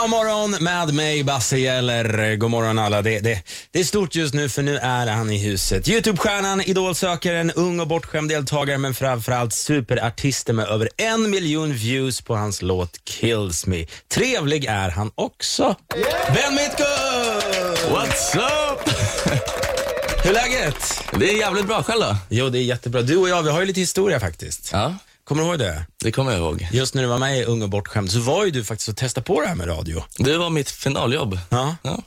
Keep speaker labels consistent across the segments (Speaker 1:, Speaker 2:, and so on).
Speaker 1: God morgon med mig, Basse Geller. God morgon alla. Det, det, det är stort just nu för nu är han i huset. Youtube-stjärnan, idolsökaren, ung och bortskämd deltagare men framförallt superartisten med över en miljon views på hans låt Kills Me. Trevlig är han också. Ben Mitko!
Speaker 2: What's up?
Speaker 1: Hur är läget?
Speaker 2: Det är jävligt bra själv då?
Speaker 1: Jo, det är jättebra. Du och jag, vi har ju lite historia faktiskt.
Speaker 2: Ja,
Speaker 1: Kommer du ihåg det?
Speaker 2: det kommer jag ihåg.
Speaker 1: Just när du var med i Ung och bortskämd så var ju du faktiskt och testade på det här med radio.
Speaker 2: Det var mitt finaljobb.
Speaker 1: Ja.
Speaker 2: Ja,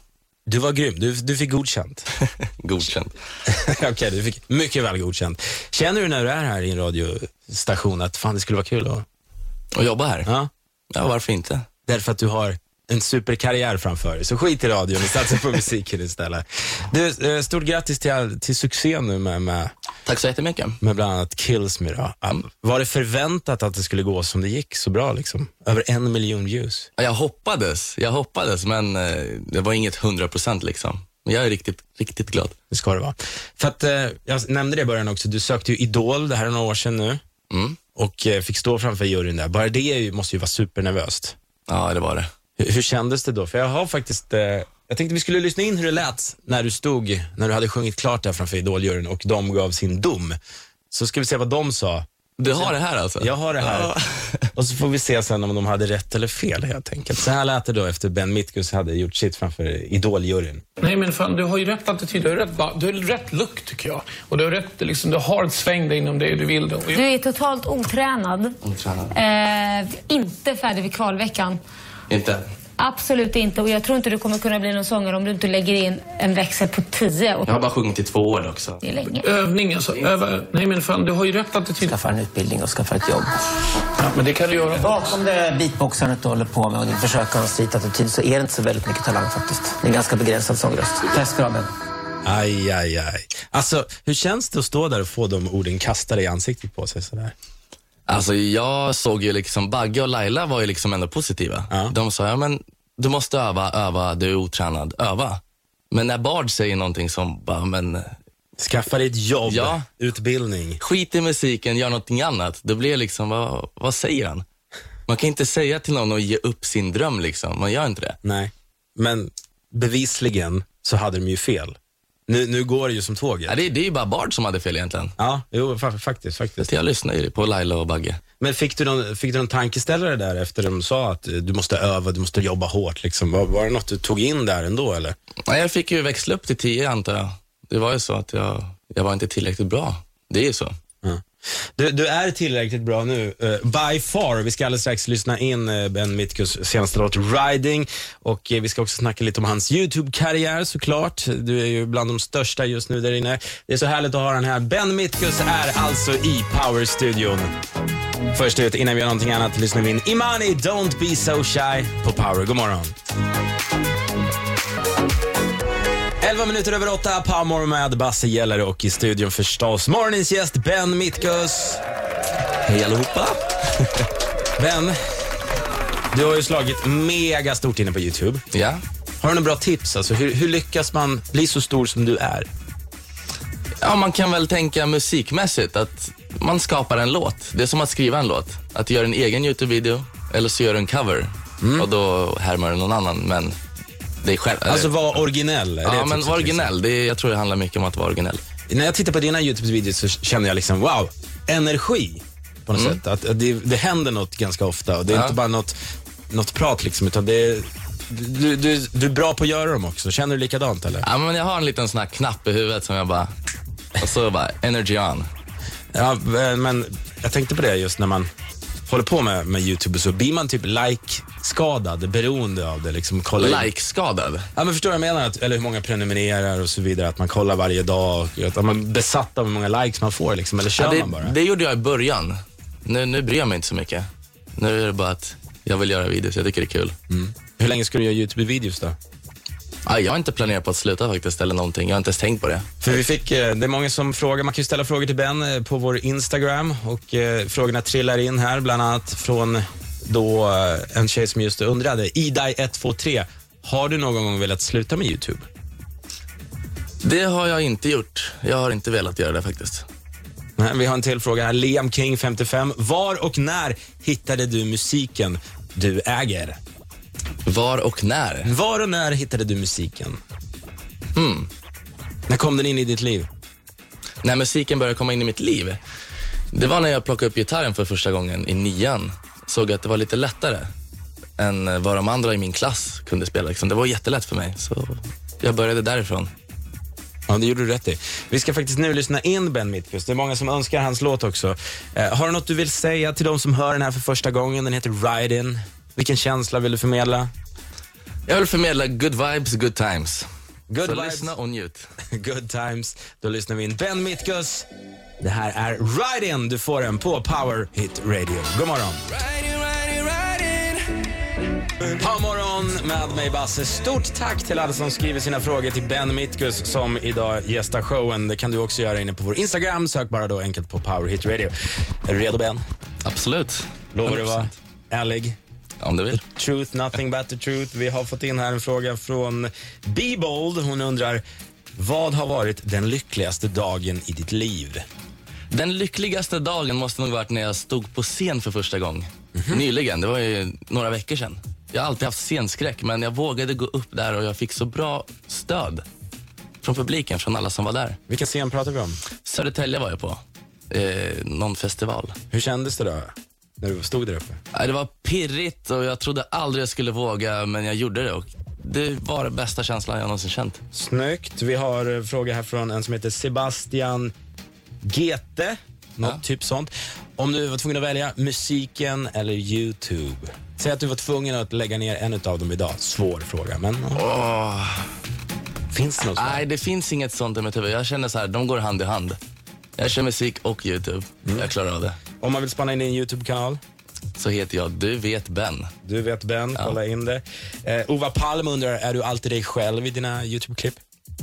Speaker 1: Du var grym. Du, du fick godkänt.
Speaker 2: godkänt.
Speaker 1: Okej, du fick mycket väl godkänt. Känner du när du är här i en radiostation att fan, det skulle vara kul att...
Speaker 2: Och jobba här?
Speaker 1: Ja.
Speaker 2: Ja, varför inte?
Speaker 1: Därför att du har en superkarriär framför dig, så skit i radion och satsa på musiken istället. Du, eh, stort grattis till, all- till succén nu med, med,
Speaker 2: Tack så jättemycket.
Speaker 1: med bland annat Kills Me. Då. Um, Var det förväntat att det skulle gå som det gick så bra? Liksom? Över en miljon views.
Speaker 2: Ja, Jag hoppades, jag hoppades, men eh, det var inget 100% liksom. Men jag är riktigt, riktigt glad.
Speaker 1: Det ska det vara. För att, eh, jag nämnde det i början också, du sökte ju Idol, det här är några år sedan nu,
Speaker 2: Mm.
Speaker 1: och eh, fick stå framför juryn där. Bara det är ju- måste ju vara supernervöst.
Speaker 2: Ja, det var det.
Speaker 1: Hur, hur kändes det då? För jag har faktiskt, eh, jag tänkte vi skulle lyssna in hur det lät när du stod, när du hade sjungit klart där framför idoljuryn och de gav sin dom. Så ska vi se vad de sa.
Speaker 2: Du har det här alltså?
Speaker 1: Jag har det här. Och så får vi se sen om de hade rätt eller fel helt enkelt. Så här lät det då efter Ben Mitkus hade gjort sitt framför idoljuryn.
Speaker 3: Nej men fan, du har ju rätt attityd, du har rätt, ba- du har rätt look tycker jag. Och du har rätt, liksom, du har ett sväng där inom det du vill. Då. Och jag-
Speaker 4: Du är totalt otränad. Eh, inte färdig vid kvalveckan.
Speaker 2: Inte?
Speaker 4: Absolut inte. Och jag tror inte du kommer kunna bli någon sångare om du inte lägger in en växel på 10. Och
Speaker 2: Jag har bara sjungit i två år också.
Speaker 4: det är länge.
Speaker 3: Övning alltså, öva. Nej men fan, du har ju rätt attityd.
Speaker 5: skaffa en utbildning och skaffa ett jobb.
Speaker 3: Ja, men det kan du göra.
Speaker 5: Bakom det där beatboxandet du håller på med och din försökan att strita attityd så är det inte så väldigt mycket talang faktiskt. Det är en ganska begränsad sångröst. Pressgraden.
Speaker 1: Aj, aj, aj. Alltså, hur känns det att stå där och få de orden kastade i ansiktet på sig sådär?
Speaker 2: Alltså jag såg ju liksom, Bagge och Laila var ju liksom ändå positiva. De sa, ja men du måste öva, öva, du är otränad, öva. Men när Bard säger någonting som, bara, men
Speaker 1: Skaffa dig ett jobb,
Speaker 2: Ja.
Speaker 1: utbildning.
Speaker 2: skit i musiken, gör någonting annat. Det blir liksom, vad, vad säger han? Man kan inte säga till någon att ge upp sin dröm liksom, man gör inte det.
Speaker 1: Nej, men bevisligen så hade de ju fel. Nu, nu går det ju som
Speaker 2: Ja,
Speaker 1: tåget.
Speaker 2: det, det är ju bara Bard som hade fel egentligen.
Speaker 1: Ja, jo, fa- faktiskt, faktiskt.
Speaker 2: Så Jag lyssnar ju på Laila och Bagge.
Speaker 1: Men fick du, någon, fick du någon tankeställare där efter de sa att eh, du måste öva, du måste jobba hårt liksom? Var, var det något du tog in där ändå eller?
Speaker 2: Nej, jag fick ju växla upp till 10 antar jag. Det var ju så att jag, jag var inte tillräckligt bra. Det är ju så.
Speaker 1: Ja. Du, du är tillräckligt bra nu, eh, by far. Vi ska alldeles strax lyssna in eh, Ben Mitkus senaste låt Riding och eh, vi ska också snacka lite om hans YouTube-karriär såklart. Du är ju bland de största just nu där inne. Det är så härligt att ha den här. Ben Mitkus är alltså i Power-studion. Först ut, innan vi gör någonting annat, lyssnar vi in Imani, Don't Be So Shy på Power. God morgon. 11 minuter över 8, Power med Basse Geller och i studion förstås morgonens gäst Ben Mitkus.
Speaker 2: Hej allihopa!
Speaker 1: Ben, du har ju slagit mega stort inne på YouTube.
Speaker 2: Ja.
Speaker 1: Har du några bra tips? Alltså, hur, hur lyckas man bli så stor som du är?
Speaker 2: ja, man kan väl tänka musikmässigt att man skapar en låt. Det är som att skriva en låt. Att du gör en egen YouTube-video eller så gör du en cover.
Speaker 1: Mm.
Speaker 2: Och då härmar du någon annan, men dig själv. eller-
Speaker 1: Alltså, var originell. är det typ
Speaker 2: ja,
Speaker 1: tipset,
Speaker 2: men var originell. Det är, jag tror det handlar mycket om att vara originell.
Speaker 1: Liksom. När jag tittar på dina YouTube-videos så känner jag liksom, wow, energi på något sätt. Att, att det, det händer något ganska ofta och det är
Speaker 2: Mm. Ja.
Speaker 1: inte bara något, något prat liksom, utan det är, du, du, du är bra på att göra dem också. Känner du likadant eller?
Speaker 2: Ja, men jag har en liten sån här knapp i huvudet som jag bara... Och så bara, energy on.
Speaker 1: Ja, eh, men jag tänkte på det just när man håller på med, med YouTube så blir man typ like-skadad, beroende av det. Liksom, kolla in-
Speaker 2: Like-skadad.
Speaker 1: Ja, men förstår du vad jag menar? Att, eller hur många prenumererar och så vidare. Att man kollar varje dag. Och att man är besatt av hur många likes man får. Liksom, eller kör
Speaker 2: Ja,
Speaker 1: man bara?
Speaker 2: det, det gjorde jag i början. Nu, nu bryr jag mig inte så mycket. Nu är det bara att jag vill göra videos. Jag tycker det är kul.
Speaker 1: Mm. Hur länge ska du göra YouTube-videos då?
Speaker 2: Ja, jag har inte planerat på att sluta faktiskt, eller någonting. Jag har inte ens tänkt på det.
Speaker 1: För vi fick, eh, det är många som frågar, man kan ju ställa frågor till Ben eh, på vår Instagram och eh, frågorna trillar in här, bland annat från då eh, en tjej som just undrade, idai123, har du någon gång velat sluta med YouTube?
Speaker 2: Det har jag inte gjort. Jag har inte velat göra det faktiskt.
Speaker 1: Nej, Vi har en till fråga här. Liam King, 55. Var och när hittade du musiken du äger?
Speaker 2: Var och när?
Speaker 1: Var och när hittade du musiken? Hmm. När kom den in i ditt liv?
Speaker 2: När musiken började komma in i mitt liv, det var när jag plockade upp gitarren för första gången i nian. Såg att det var lite lättare än vad de andra i min klass kunde spela. Liksom. Det var jättelätt för mig, så jag började därifrån.
Speaker 1: Ja, det gjorde du rätt i. Vi ska faktiskt nu lyssna in Ben Mitkus. Det är många som önskar hans låt också. Eh, har du något du vill säga till de som hör den här för första gången? Den heter Ride In. Vilken känsla vill du förmedla?
Speaker 2: Jag vill förmedla good vibes, good times.
Speaker 1: Good
Speaker 2: så
Speaker 1: vibes.
Speaker 2: lyssna och njut.
Speaker 1: Good times. Då lyssnar vi in Ben Mitkus. Det här är Ride In. Du får den på Power Hit Radio. God morgon. God morgon med mig Basse. Stort tack till alla som skriver sina frågor till Ben Mitkus som idag gästar showen. Det kan du också göra inne på vår Instagram. Sök bara då enkelt på Power Hit Radio. Är du redo Ben?
Speaker 2: Absolut.
Speaker 1: Lovar du vara
Speaker 2: 100%.
Speaker 1: ärlig?
Speaker 2: Om du vill.
Speaker 1: Truth, nothing but the truth. Vi har fått in här en fråga från Be Bold. Hon undrar, vad har varit den lyckligaste dagen i ditt liv?
Speaker 2: Den lyckligaste dagen måste nog varit när jag stod på scen för första gången. Nyligen, det var ju några veckor sedan. Jag har alltid haft scenskräck, men jag vågade gå upp där och jag fick så bra stöd från publiken, från alla som var där.
Speaker 1: Vilken scen pratar vi om?
Speaker 2: Södertälje var jag på, eh, någon festival.
Speaker 1: Hur kändes det då, när du stod där uppe?
Speaker 2: Nej, Det var pirrigt och jag trodde aldrig jag skulle våga, men jag gjorde det. Och det var den bästa känslan jag någonsin känt.
Speaker 1: Snyggt. Vi har en fråga här från en som heter Sebastian Gete. Något typ sånt. Om du var tvungen att välja musiken eller YouTube? Säg att du var tvungen att lägga ner en av dem idag. Svår fråga, men... Finns det något sånt?
Speaker 2: Nej, det finns inget sånt i mitt huvud. Jag känner så här, de går hand i hand. Jag kör musik och YouTube. Jag klarar av det.
Speaker 1: Om man vill spana in i en YouTube-kanal?
Speaker 2: Så heter jag Du vet Ben.
Speaker 1: Du vet Ben, kolla in det. Eh, Ova Palm undrar, är du alltid dig själv i dina YouTube-klipp?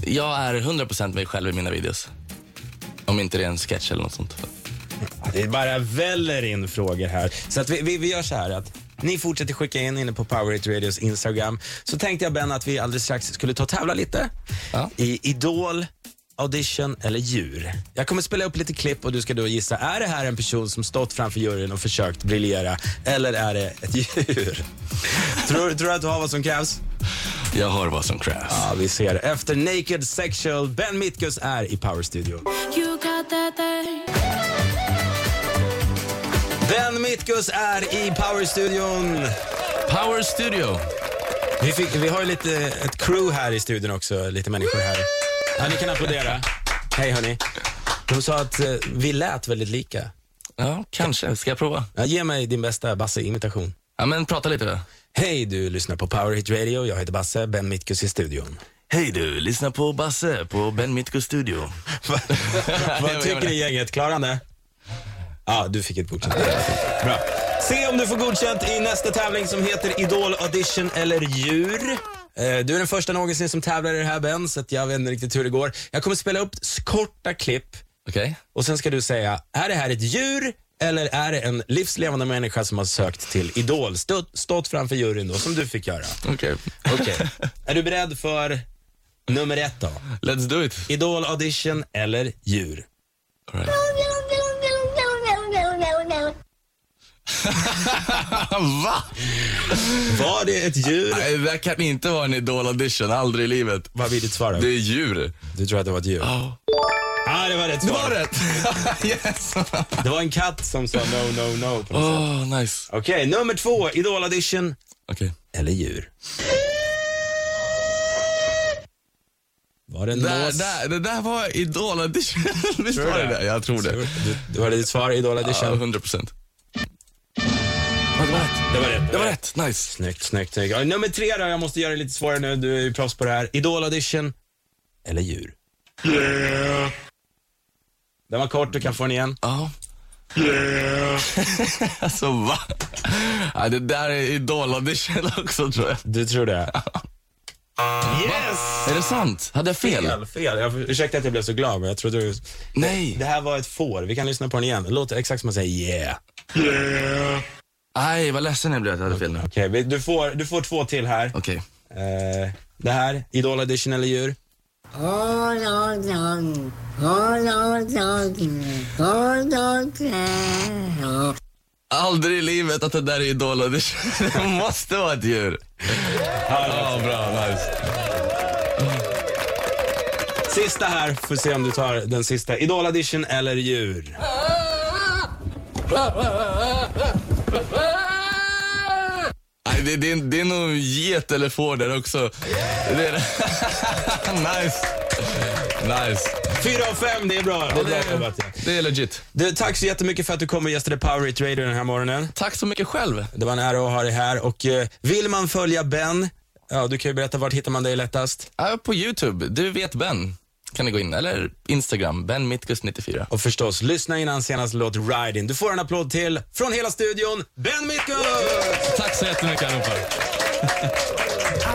Speaker 2: Jag är 100% mig själv i mina videos. Om inte det är en sketch eller något sånt.
Speaker 1: Det är bara väller in frågor här. Så att vi, vi, vi gör så här att ni fortsätter skicka in inne på Power Hit Radios Instagram. Så tänkte jag Ben att vi alldeles strax skulle ta och tävla lite
Speaker 2: Ja.
Speaker 1: i Idol, audition eller djur. Jag kommer spela upp lite klipp och du ska då gissa, är det här en person som stått framför juryn och försökt briljera eller är det ett djur? tror, tror du att du har vad som krävs?
Speaker 2: Jag har vad som krävs.
Speaker 1: Ja, vi ser. Efter Naked Sexual, Ben Mitkus är i Power Studio. Ben Mitkus är i Power-studion.
Speaker 2: Power Studio.
Speaker 1: Vi, fick, vi har ju lite ett crew här i studion också, lite människor här. Ja, ni kan applådera. Hej hörni. De sa att eh, vi lät väldigt lika.
Speaker 2: Ja, kanske. Ska jag prova?
Speaker 1: Ja, ge mig din bästa Basse-imitation.
Speaker 2: Ja, men prata lite då.
Speaker 1: Hej, du lyssnar på Power Hit Radio. Jag heter Basse, Ben Mitkus i studion.
Speaker 2: Hej du, lyssna på Basse på Ben Mitko Studio.
Speaker 1: Vad- Vad tycker ni gänget? Klarar han det? Ja, du fick ett godkänt. Bra. Se om du får godkänt i nästa tävling som heter Idol Audition eller djur. Eh, Du är den första någonsin som tävlar i det här Ben, så att jag vet inte riktigt hur det går. Jag kommer spela upp s- korta klipp
Speaker 2: Okej.
Speaker 1: och sen ska du säga, är det här ett djur eller är det en livslevande människa som har sökt till Idol? Stått, stått framför juryn då, som du fick göra.
Speaker 2: Okej.
Speaker 1: Okej. är du beredd för nummer ett då?
Speaker 2: Let's do it.
Speaker 1: Idol Audition eller djur?
Speaker 2: All right. Va?
Speaker 1: Var det ett djur?
Speaker 2: Nej, det där kan inte vara en idol-audition. Aldrig i livet.
Speaker 1: Vad blir ditt svar då?
Speaker 2: Det är djur.
Speaker 1: Du tror att det var ett djur?
Speaker 2: Ja.
Speaker 1: ah, det var rätt
Speaker 2: Det
Speaker 1: svar.
Speaker 2: var rätt. yes.
Speaker 1: Det var en katt som sa no, no, no på något sätt.
Speaker 2: Oh, nice.
Speaker 1: Okej, nummer två. Idol audition
Speaker 2: Okej.
Speaker 1: eller djur? Var det en
Speaker 2: Där,
Speaker 1: mås?
Speaker 2: där, det där var idol-audition. Visst var det det? Jag tror det.
Speaker 1: Du, du hörde ditt svar, Idol
Speaker 2: Ja,
Speaker 1: audition.
Speaker 2: 100 procent.
Speaker 1: Det var rätt.
Speaker 2: Det var rätt. Nice.
Speaker 1: Snyggt, snyggt, snyggt. Ja, nummer tre då. Jag måste göra det lite svårare nu. Du är ju proffs på det här. Idol audition eller djur? Yeah. Den var kort, du kan få den igen.
Speaker 2: Ja. alltså, va? Ja, det där är idol-audition också, tror jag.
Speaker 1: Du tror det? Yes!
Speaker 2: Är det sant? Hade jag fel?
Speaker 1: Fel, fel. Jag, ursäkta att jag blev så glad, men jag trodde du... Det
Speaker 2: Nej.
Speaker 1: här var ett får. Vi kan lyssna på den igen. Det låter exakt som man säger yeah.
Speaker 2: Nej, vad ledsen jag blev att jag hade fel nu.
Speaker 1: Okej, vi- du, får, du får två till här.
Speaker 2: Okej.
Speaker 1: Eh, det här, Idol Edition eller djur?
Speaker 2: Aldrig i livet att det där är idol-audition. Det måste vara ett djur. Ja, bra. Nice.
Speaker 1: Sista här, får se om du tar den sista. Idol edition eller djur?
Speaker 2: Nej, det, det, är- det är nog get eller får där också. Det är, nice. Nice.
Speaker 1: Fyra av fem, det är bra. Det är bra jobbat. ja.
Speaker 2: Det är legit.
Speaker 1: Du, tack så jättemycket för att du kom och gästade Power Hit Radio den här morgonen.
Speaker 2: Tack så mycket själv.
Speaker 1: Det var en ära att ha dig här och eh, vill man följa Ben, ja du kan ju berätta vart hittar man dig lättast.
Speaker 2: Ja, På Youtube, du vet Ben, kan ni gå in. Eller Instagram, Ben Mitkus 94.
Speaker 1: Och förstås, lyssna in hans senaste låt Riding. Du får en applåd till från hela studion, Ben Mitkus!
Speaker 2: Tack så jättemycket allihopa.
Speaker 6: I was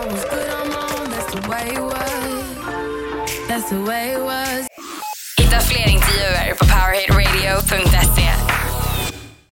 Speaker 6: good on my own, that's the way it was. That's the way it was.
Speaker 7: Hitta fler intervjuer på powerhitradio.se.